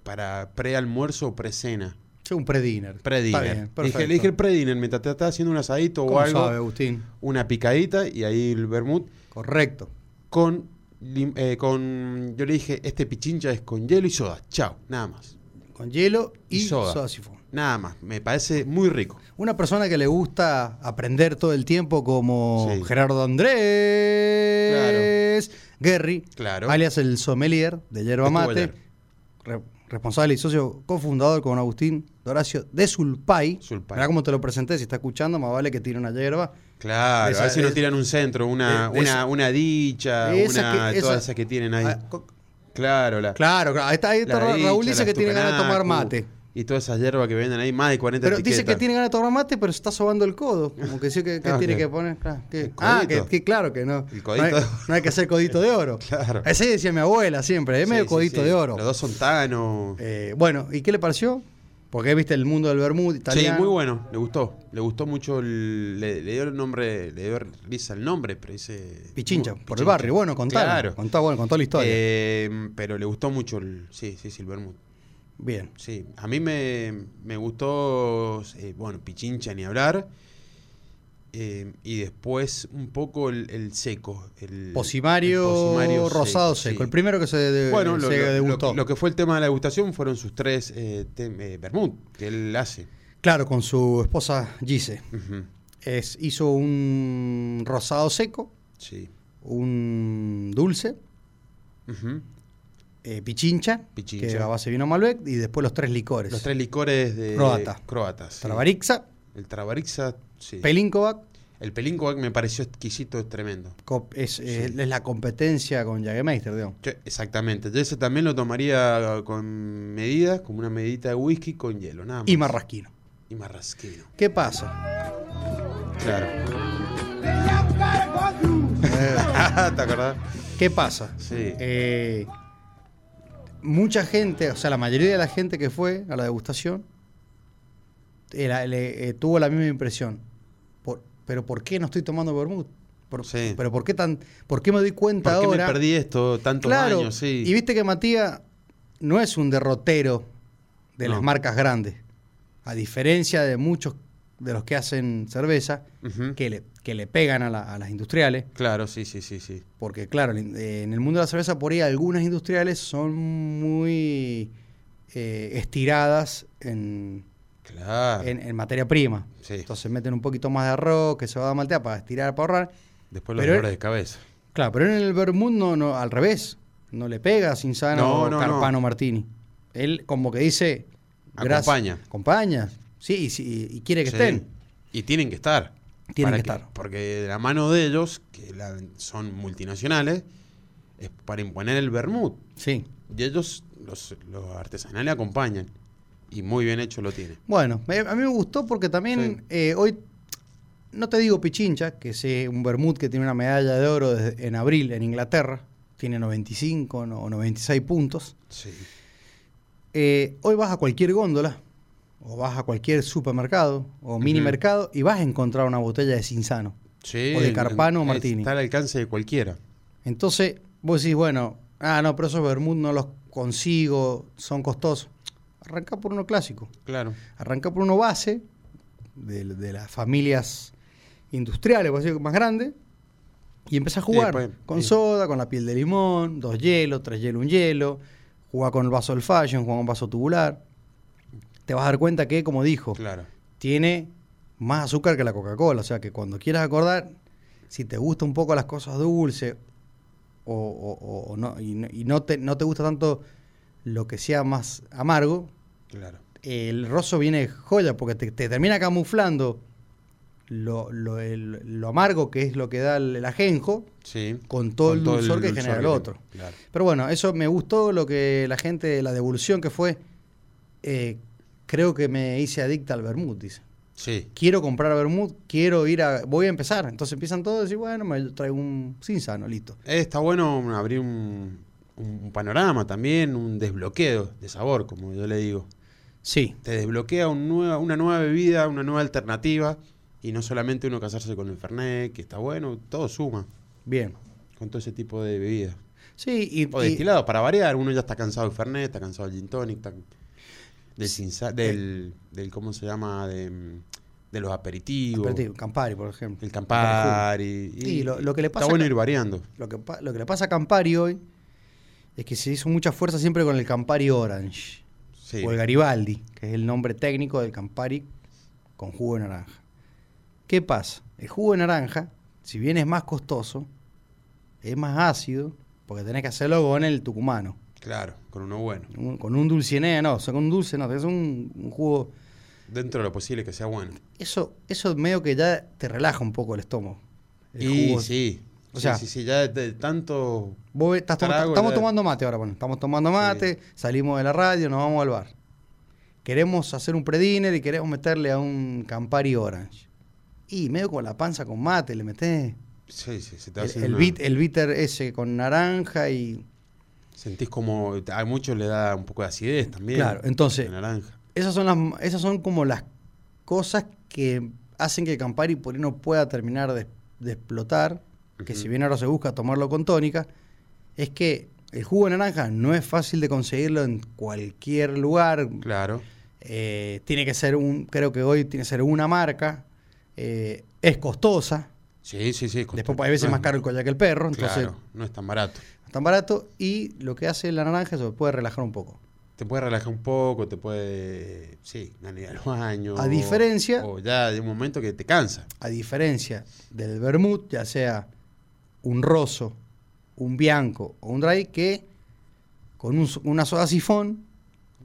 para pre-almuerzo o pre-cena. sí, un pre-dinner. Está bien, Pre-dinner. Le perfecto. dije, le dije el pre-dinner mientras te estás haciendo un asadito ¿Cómo o algo. sabe, Agustín? Una picadita y ahí el vermut Correcto. con, lim- eh, con. Yo le dije, este pichincha es con hielo y soda. Chao, nada más. Con hielo y, Y soda. soda sifón. Nada más. Me parece muy rico. Una persona que le gusta aprender todo el tiempo como Sí. Gerardo Andrés Guerri, Claro. alias el sommelier de Yerba Estuvo Mate, ayer. re- responsable y socio cofundador con Agustín Doracio de Sulpay. Sulpay. Mirá cómo te lo presenté, si está escuchando, más vale que tire una yerba. Claro, Esa- a ver si nos es- tiran un centro, una, de- de una, esa- una dicha, Esa una, que- esa- todas esas que tienen ahí. Ah, co- Claro, la, Claro, claro, ahí está, ahí está la Ra- dicha, Raúl dice las que tiene ganas de tomar tucanacu, mate. Y todas esas hierbas que venden ahí, más de 40 Pero etiquetas. dice que tiene ganas de tomar mate, pero se está sobando el codo. Como que sí que, que Ah, tiene ok. que poner. claro, que- El ah, que, codito. que claro que no. El codito. No hay, no hay que hacer codito de oro. Claro. Ese decía mi abuela siempre, es Sí, medio sí, codito sí. de oro. Los dos son Tano. Eh, bueno, ¿y qué le pareció? Porque viste el mundo del Bermud sí, italiano. muy bueno, le gustó. Le gustó mucho, el- le, le dio el nombre, le dio risa el nombre, pero dice... Pichincha, Mu- por el barrio. Bueno, contá. Claro. Contá, bueno, contó la historia. Eh, pero le gustó mucho el... Sí, sí, sí, el vermut. Bien. Sí, a mí me, me gustó, eh, bueno, Pichincha ni hablar. Eh, y después un poco el, el seco. El, Posimario, el posimario rosado seco. sí. El primero que se, de- bueno, se lo, lo- degustó. lo- lo que fue el tema de la degustación fueron sus tres eh, tem- eh, vermut que él hace. Claro, con su esposa Gise. Ujú, Es, hizo un rosado seco, Sí. un dulce, Ujú. eh, pichincha, Pichincha. que a base de vino Malbec, y después los tres licores. Los tres licores de Croata. croatas, sí. Trabarixa, El Trabarixa, sí. Pelinkovac, el Pelinco me pareció exquisito, es tremendo. cop- es, es- es la competencia con Jagermeister, digamos. Yo- exactamente. Yo ese también lo tomaría con medidas, como una medidita de whisky con hielo, nada más. Y Marrasquino. Y marrasquino. ¿Qué pasa? Claro. Eh, ¿Te acordás? ¿Qué pasa? Sí. Eh, mucha gente, o sea, la mayoría de la gente que fue a la degustación era- le- eh, tuvo la misma impresión. Por- pero ¿por qué no estoy tomando vermut? Por- Sí. Pero ¿por qué, tan, ¿por qué me doy cuenta ¿Por qué ahora? me perdí esto tantos claro, años? Sí. y viste que Matías no es un derrotero de No. las marcas grandes. A diferencia de muchos de los que hacen cerveza, Ujú. que, le, que le pegan a, la- a las industriales. Claro, sí, sí, sí, sí. Porque, claro, en eh, en el mundo de la cerveza, por ahí algunas industriales son muy eh, estiradas en, Claro. en- en materia prima. Sí. Entonces meten un poquito más de arroz, que se va a maltear para estirar, para ahorrar. Después los pero- dolores de cabeza. Claro, pero en el vermut no, no, al revés. No le pega a Insano No, no, Carpano no. Martini. Él como que dice... gracias- Acompaña. Acompaña. Sí, y, sí, y quiere que Sí. estén. Y tienen que estar. Tienen Para que estar. Porque de la mano de ellos, que la- son multinacionales, es para imponer el vermut. Sí. Y ellos, los, los artesanales, acompañan. Y muy bien hecho lo tienen. Bueno, me- a mí me gustó porque también eh, hoy, no te digo Pichincha, que es eh, un vermut que tiene una medalla de oro desde- en abril en Inglaterra, tiene 95 no- o 96 puntos. Sí. Eh, hoy vas a cualquier góndola, o vas a cualquier supermercado, o mini Ujú. mercado, y vas a encontrar una botella de Cinzano. Sí, O de Carpano o es- Martini. Está al alcance de cualquiera. Entonces, vos decís, bueno, ah, no, pero esos vermut no los consigo, son costosos. Arranca por uno clásico. Claro. Arranca por uno base de, de las familias industriales, por decir, más grande, y empieza a jugar después, con sí. soda, con la piel de limón, dos hielos, tres hielos, un hielo, jugar con el vaso del fashion, jugar con un vaso tubular. Te vas a dar cuenta que, como dijo, Oh. Claro. tiene más azúcar que la Coca-Cola. O sea que cuando quieras acordar, si te gustan un poco las cosas dulces o, o- o- o no, y, no, y no te, no te gusta tanto lo que sea más amargo, Claro. el roso viene joya porque te, te termina camuflando lo, lo- el- lo amargo que es lo que da el, el ajenjo Sí. con todo el dulzor que dulzor genera el tiene. otro. Claro. Pero bueno, eso me gustó lo que la gente, la devolución que fue, eh, creo que me hice adicta al vermut, dice Sí. quiero comprar vermut, quiero ir a. Voy a empezar. Entonces empiezan todos y decir, bueno, me traigo un cinzano, listo. Eh, Está bueno abrir un, un panorama también, un desbloqueo de sabor, como yo le digo. Sí, Te desbloquea un nueva- una nueva bebida, una nueva alternativa. Y no solamente uno casarse con el Fernet, que está bueno, todo suma bien. con todo ese tipo de bebidas. Sí, y. O este y- destilado, para variar. Uno ya está cansado del Fernet, está cansado del Gin Tonic, está del, Eh. sinsa- del, del- ¿cómo se llama? De, mm, de los aperitivos. aperitivo, Campari, por ejemplo. El Campari. Sí, lo- lo que le pasa Está bueno acá- ir variando. Lo que, pa- lo que le pasa a Campari hoy es que se hizo mucha fuerza siempre con el Campari Orange. Sí. O el Garibaldi, que es el nombre técnico del Campari con jugo de naranja. ¿Qué pasa? El jugo de naranja, si bien es más costoso, es más ácido, porque tenés que hacerlo con el tucumano. Claro, con uno bueno. Un- con un dulcinea, no, o sea, con un dulce, no, es un, un jugo. Dentro de lo posible que sea bueno. Eso, eso medio que ya te relaja un poco el estómago. El y jugo. sí. O sí, sea- sí, sí, ya de, de tanto. Vos ves, estás tom- Trago, estamos ya. tomando mate ahora, bueno, estamos tomando mate, salimos de la radio, nos vamos al bar. Queremos hacer un prediner y queremos meterle a un Campari Orange. Y medio con la panza con mate, le metés Sí, sí, se te hace el, el una- bit- el bitter ese con naranja y... Sentís como. A muchos le da un poco de acidez también. Claro, entonces- de naranja. Esas son, las, esas son como las cosas que hacen que el Campari por ahí no pueda terminar de, de explotar, que si bien ahora se busca tomarlo con tónica, es que el jugo de naranja no es fácil de conseguirlo en cualquier lugar. Claro. Eh, tiene que ser un, creo que hoy tiene que ser una marca, eh, es costosa, Sí, sí, sí. con- después hay veces no más es- caro el collar que el perro, entonces Claro, no es tan barato. no es tan barato y lo que hace la naranja es que puede relajar un poco. Te puede relajar un poco, te puede. Sí, ganar al baño. A diferencia- O ya de un momento que te cansa. a diferencia del vermut, ya sea un rosso, un bianco o un dry, que con un so- una soda sifón,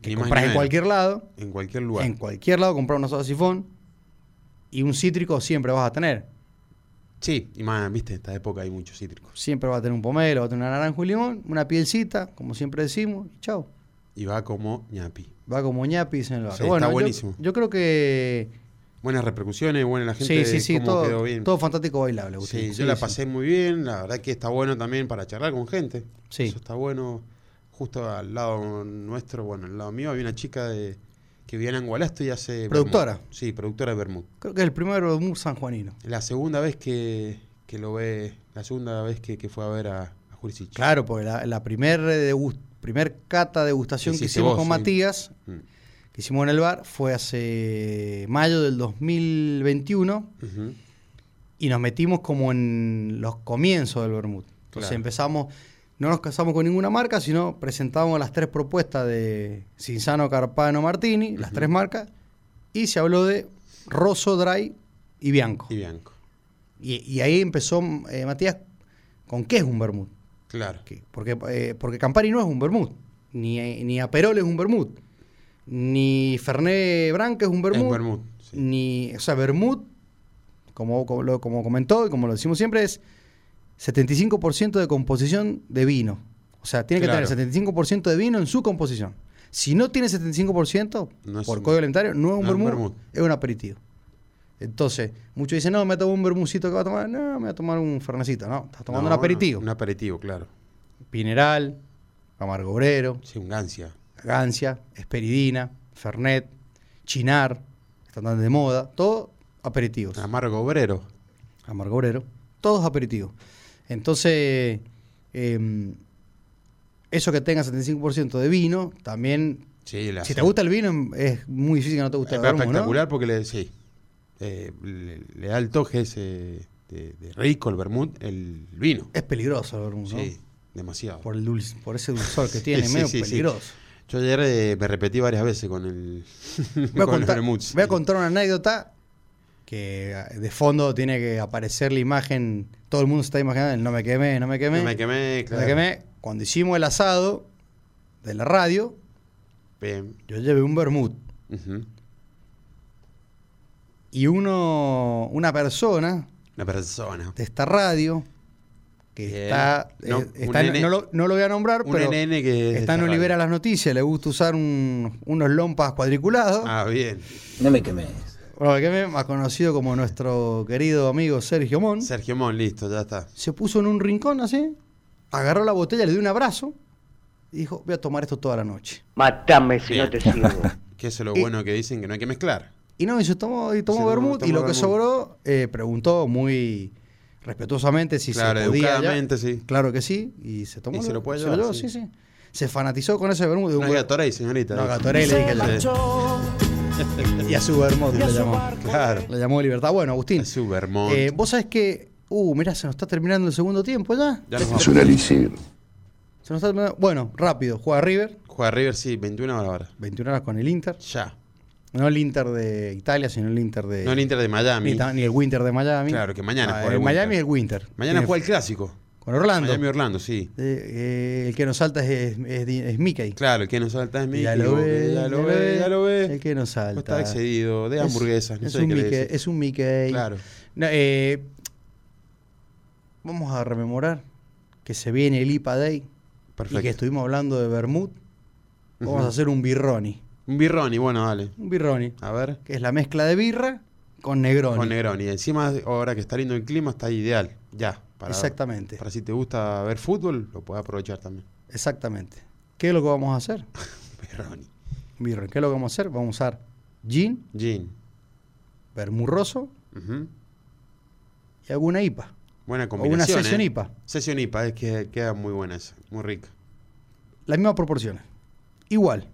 que Ni más ni compras en menos. cualquier lado, En cualquier lugar. en cualquier lado compras una soda sifón y un cítrico siempre vas a tener. Sí, y más, viste, en esta época hay muchos cítricos. Siempre vas a tener un pomelo, vas a tener una naranja, un limón, una pielcita, como siempre decimos, y chao. Y va como ñapi. Va como ñapi, dicen el barrio. Sí, está Bueno, yo- buenísimo. Yo, creo que... Buenas repercusiones, buena la Sí, gente. sí, sí, cómo quedó todo, bien. todo fantástico bailable. Sí, Agustín. yo Sí, la sí. pasé muy bien. La verdad que está bueno también para charlar con gente. Sí. Eso está bueno. Justo al lado nuestro, bueno, al lado mío, había una chica de que vivía en Angualasto y hace. vermut. Productora. Sí, productora de Bermud. Creo que es el primero de un sanjuanino. La segunda vez que, que que lo ve la segunda vez que, que fue a ver a, a Jurisic. Claro, porque la, la primer, degus- primer cata degustación que Hiciste hicimos vos, con sí. Matías, Mm. que hicimos en el bar, fue hace mayo del 2021 Ujú. y nos metimos como en los comienzos del Bermud. Entonces Claro. empezamos, no nos casamos con ninguna marca, sino presentamos las tres propuestas de Cinzano, Carpano, Martini, las tres marcas, y se habló de Rosso, Dry y Bianco. Y Bianco. Y, y ahí empezó eh, Matías con qué es un Bermud. Claro. Que- Porque, eh, porque Campari no es un vermut, ni, ni Aperol es un vermut, ni Fernet Branca es un Es vermut, Bermud. sí. Mm, ni, o sea, vermut, como, como, lo- como comentó y como lo decimos siempre, es 75% de composición de vino. O sea, tiene Claro. que tener 75% de vino en su composición. Si no tiene 75%, No es por un- código alimentario, no es un no es un vermut, vermut. es un aperitivo. Entonces, muchos dicen, no, me voy a tomar un vermucito que va a tomar. No, me voy a tomar un fernecito. No, estás tomando No, un aperitivo. Un aperitivo, claro. Pineral, Camargo Obrero, Sí, un gancia. Gancia, Esperidina, Fernet, Chinar, están tan de moda, todo aperitivos. Amargo obrero. Amargo Obrero, todos aperitivos. Entonces, em, eso que tenga 75% de vino, también, Sí, la si te gusta el vino, es muy difícil que no te guste Es el vermú, ¿no? espectacular porque le, sí, Eh, le, le da el toque ese de, de rico el vermut, el vino. Es peligroso el vermú, Eh, ¿no? Sí, demasiado. Por, el dulce, por ese dulzor que tiene, Sí, medio sí, sí. peligroso. Yo ayer eh, me repetí varias veces con el, Voy a, con el contar, vermut. voy a contar una anécdota que eh, de fondo tiene que aparecer la imagen. Todo el mundo se está imaginando el no me quemé, no me quemé. No me quemé, no claro. me quemé. Cuando hicimos el asado de la radio, Bien. yo llevé un vermut. Ujú. Y uno, una persona Una persona. de esta radio que Bien. está. No, eh, un está en- nene- no, lo, no lo voy a nombrar, Un pero NN que. es está en de Olivera radio. las Noticias. Le gusta usar un- unos lompas cuadriculados. Ah, bien. Bueno, que me- más conocido como nuestro querido amigo Sergio Mon. Sergio Mon, listo, ya está. se puso en un rincón así, agarró la botella, le dio un abrazo y dijo, voy a tomar esto toda la noche. Matame si Bien. no te sigo. Que eso es lo Y- bueno que dicen que no hay que mezclar. Y no, y se tomó, y Se tomó tomó- vermut y tomó lo que vermut. sobró eh, preguntó muy respetuosamente si Claro, se podía. ya. educadamente, sí. Claro que sí, y se tomó. Y se lo puede llevó, llevar, sí. sí. sí, Se fanatizó con ese vermut. de un No es ver- Gatorade, señorita. No, Gatorade le dije yo. Y a su vermut le llamó. Claro. Le llamó Libertad. Bueno, Agustín, Es un vermut. eh, vos sabés que... Uh, mirá, se nos está terminando el segundo tiempo ya. Ya nos vamos. Se nos está terminando- Bueno, rápido. Juega River. Juega River, sí, 21 horas ahora. 21 horas con el Inter. Ya. No el Inter de Italia, sino el Inter de. No el Inter de ni, Miami. ta- Eh, ni el Winter de Miami. Claro, que mañana Ah, juega el el Miami Winter. es el Winter. Mañana Tiene- juega el clásico. Con Orlando. Miami Orlando, sí. Eh, eh, el que nos salta es, es, es- es Mickey. Claro, el que no salta es Mickey. Ya lo ve. ya lo ve, ya lo El ve. que nos salta. Está excedido de Es- hamburguesas, no es, sé un qué le Mickey, decís. es un Mickey. Claro. No, eh, vamos a rememorar que se viene el IPA Day y que Perfecto. estuvimos hablando de Bermud. Vamos Ujú. a hacer un birroni. Un birroni, bueno, dale. Un birroni, A ver. que es la mezcla de birra con negroni. Con Negroni. Encima, ahora que está lindo el clima, está ideal. Ya. Para, Exactamente. Para si te gusta ver fútbol, lo puedes aprovechar también. Exactamente. ¿Qué es lo que vamos a hacer? Birroni. Miren, ¿qué es lo que vamos a hacer? Vamos a usar gin, Gin. vermurroso Ujú. y alguna IPA. Buena una combinación. ¿eh? sesión IPA. Sesión IPA, es que queda muy buena esa. Muy rica. Las mismas proporciones. Igual.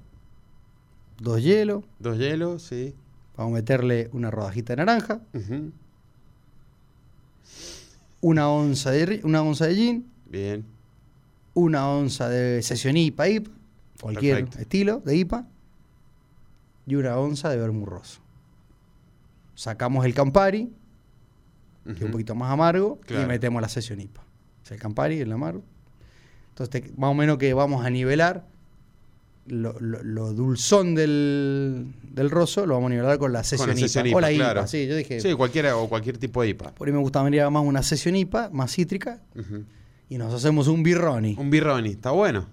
Dos hielos. Dos hielos, sí. Vamos a meterle una rodajita de naranja. Ujú. Una onza de, ri- una onza de gin. Bien. Una onza de sesión IPA, IPA. Cualquier Perfecto. estilo de IPA. Y una onza de vermurroso. Sacamos el Campari, que es un Ujú. poquito más amargo, y Claro. metemos la sesión IPA. O sea, el Campari, el amargo. Entonces, te- más o menos que vamos a nivelar lo, lo- lo dulzón del, del roso, lo vamos a nivelar con la Con sesión la IPA. sesión O la IPA, claro. sí, yo dije. Sí, cualquiera o cualquier tipo de IPA. Por ahí me gustaría más una sesión IPA, más cítrica, Ujú. y nos hacemos un birroni. Un birroni, está bueno.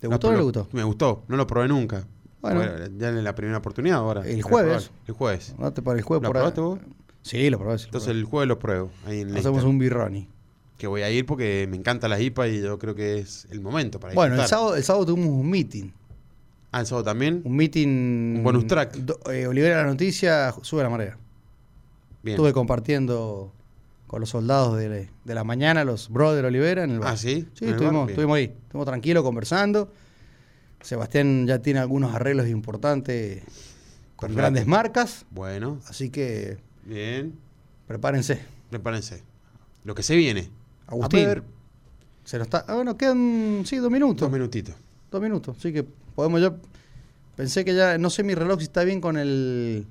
¿Te No, gustó o no pero le gustó? Me gustó, no lo probé nunca. Bueno. Bueno, ya en la primera oportunidad ahora. El Lo jueves. probar, El jueves. Andate para el jueves ¿Lo por ahí. probaste vos? Sí, lo probé. sí, lo Entonces probé. el jueves lo pruebo. Ahí en Hacemos Leicester. un birroni. Que voy a ir porque me encantan las IPA y yo creo que es el momento para Bueno, el disfrutar. sábado, el sábado tuvimos un meeting. Ah, el sábado también. Un meeting. Un bonus track. do- eh, Olivera la noticia, sube la marea. Bien. Estuve compartiendo con los soldados de, de la mañana, los Brother Olivera en el bar. Ah, ¿sí? Sí, ¿En el bar? estuvimos, Bien. estuvimos ahí, estuvimos tranquilos conversando. Sebastián ya tiene algunos arreglos importantes con Perfecto. grandes marcas, Bueno, así que bien. prepárense. Prepárense. Lo que se viene. Agustín. A ver, Se nos está. Ah, bueno, quedan, sí, dos minutos. dos minutitos. Dos minutos, así que podemos ya. Pensé que ya. No sé mi reloj si está bien con el.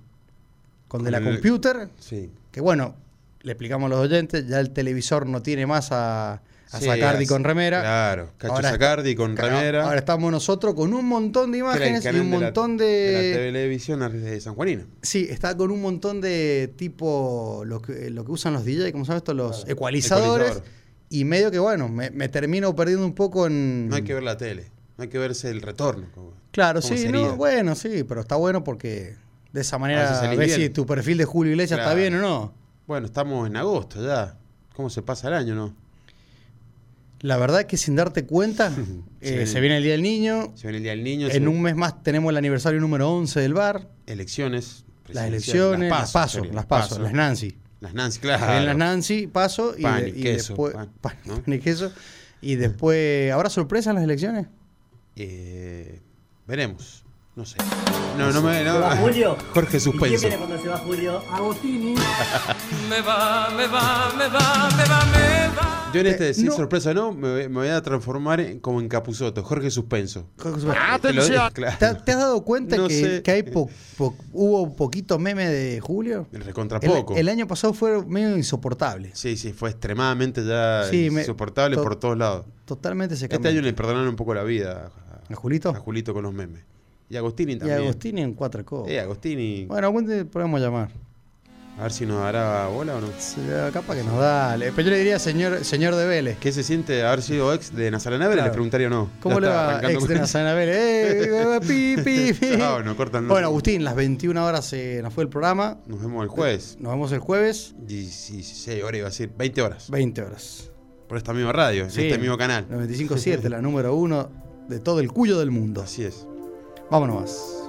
Con de Con la el- computer. Sí. Que bueno, le explicamos a los oyentes, ya el televisor no tiene más a, a Sí, Sacardi as- con remera. Claro, Cacho Ahora- Sacardi con Claro, remera. Ahora estamos nosotros con un montón de Era el imágenes y canal un de la- montón de de. la televisión ar- de San Juanina. sí, está con un montón de tipo. Lo que, lo que usan los DJ, ¿cómo se llama esto? Los Claro, ecualizadores. ecualizador. Y medio que bueno, me, me termino perdiendo un poco en. No hay que ver la tele, no hay que verse el retorno. como- Mm. Claro, cómo sí, sería. no, bueno, sí, pero está bueno porque de esa Ah, se manera salís ves si bien. tu perfil de Julio Iglesias está Claro. bien o no. Bueno, estamos en agosto ya. ¿Cómo se pasa el año, no? La verdad es que sin darte cuenta, eh, Sí. se viene el Día del Niño, Se viene el Día del Niño, se en un vienen mes más tenemos el aniversario número 11 del bar, elecciones. las presidenciales, elecciones, las paso, sería, las paso, las Nancy. Las Nancy, Se claro. vienen las Nancy, paso y, Pan de- y y queso, después... pan, pan- ¿no? pan y queso. Y después, ¿habrá sorpresa en las elecciones? Eh, veremos. No sé. No, no me. No, Julio? Jorge Suspenso. cuando se va Julio? Agostini. Yo en este decir Eh, no. sorpresa no, me, voy- me voy a transformar en- como en Capuzoto, Jorge Suspenso. Te lo- ¡Atención! ¿Te, claro. te has dado cuenta No que, sé. que hay po- po- hubo poquitos memes de Julio? El recontra El- poco. El, año pasado fue medio insoportable. Sí, sí, fue extremadamente ya Sí, me- insoportable to- por todos lados. Totalmente se Este cambió. año le perdonaron un poco la vida a, ¿A Julito? a Julito con los memes. Y a Agostini y también. Agostini en cuatro cosas. Eh, Agostini. Bueno, algún día podemos llamar. A ver si nos dará bola o no. Se le da Capa que nos da. le- Pero yo le diría señor, señor de Vélez. ¿Qué se siente haber sido ex de Nazarena Vélez? Claro. Le preguntaría o no. ¿Cómo Ya le está, va arrancando ex con de eso. Nazarena Vélez? Eh, pi, pi, pi. Chao, nos cortan. Bueno, Agustín, las 21 horas se nos fue el programa. Nos vemos el jueves. Nos vemos el jueves, 16 horas, iba a decir, 20 horas. 20 horas. Por esta misma radio, en Sí. este mismo canal. 95.7, la número uno de todo el cuyo del mundo. Así es. Vámonos más.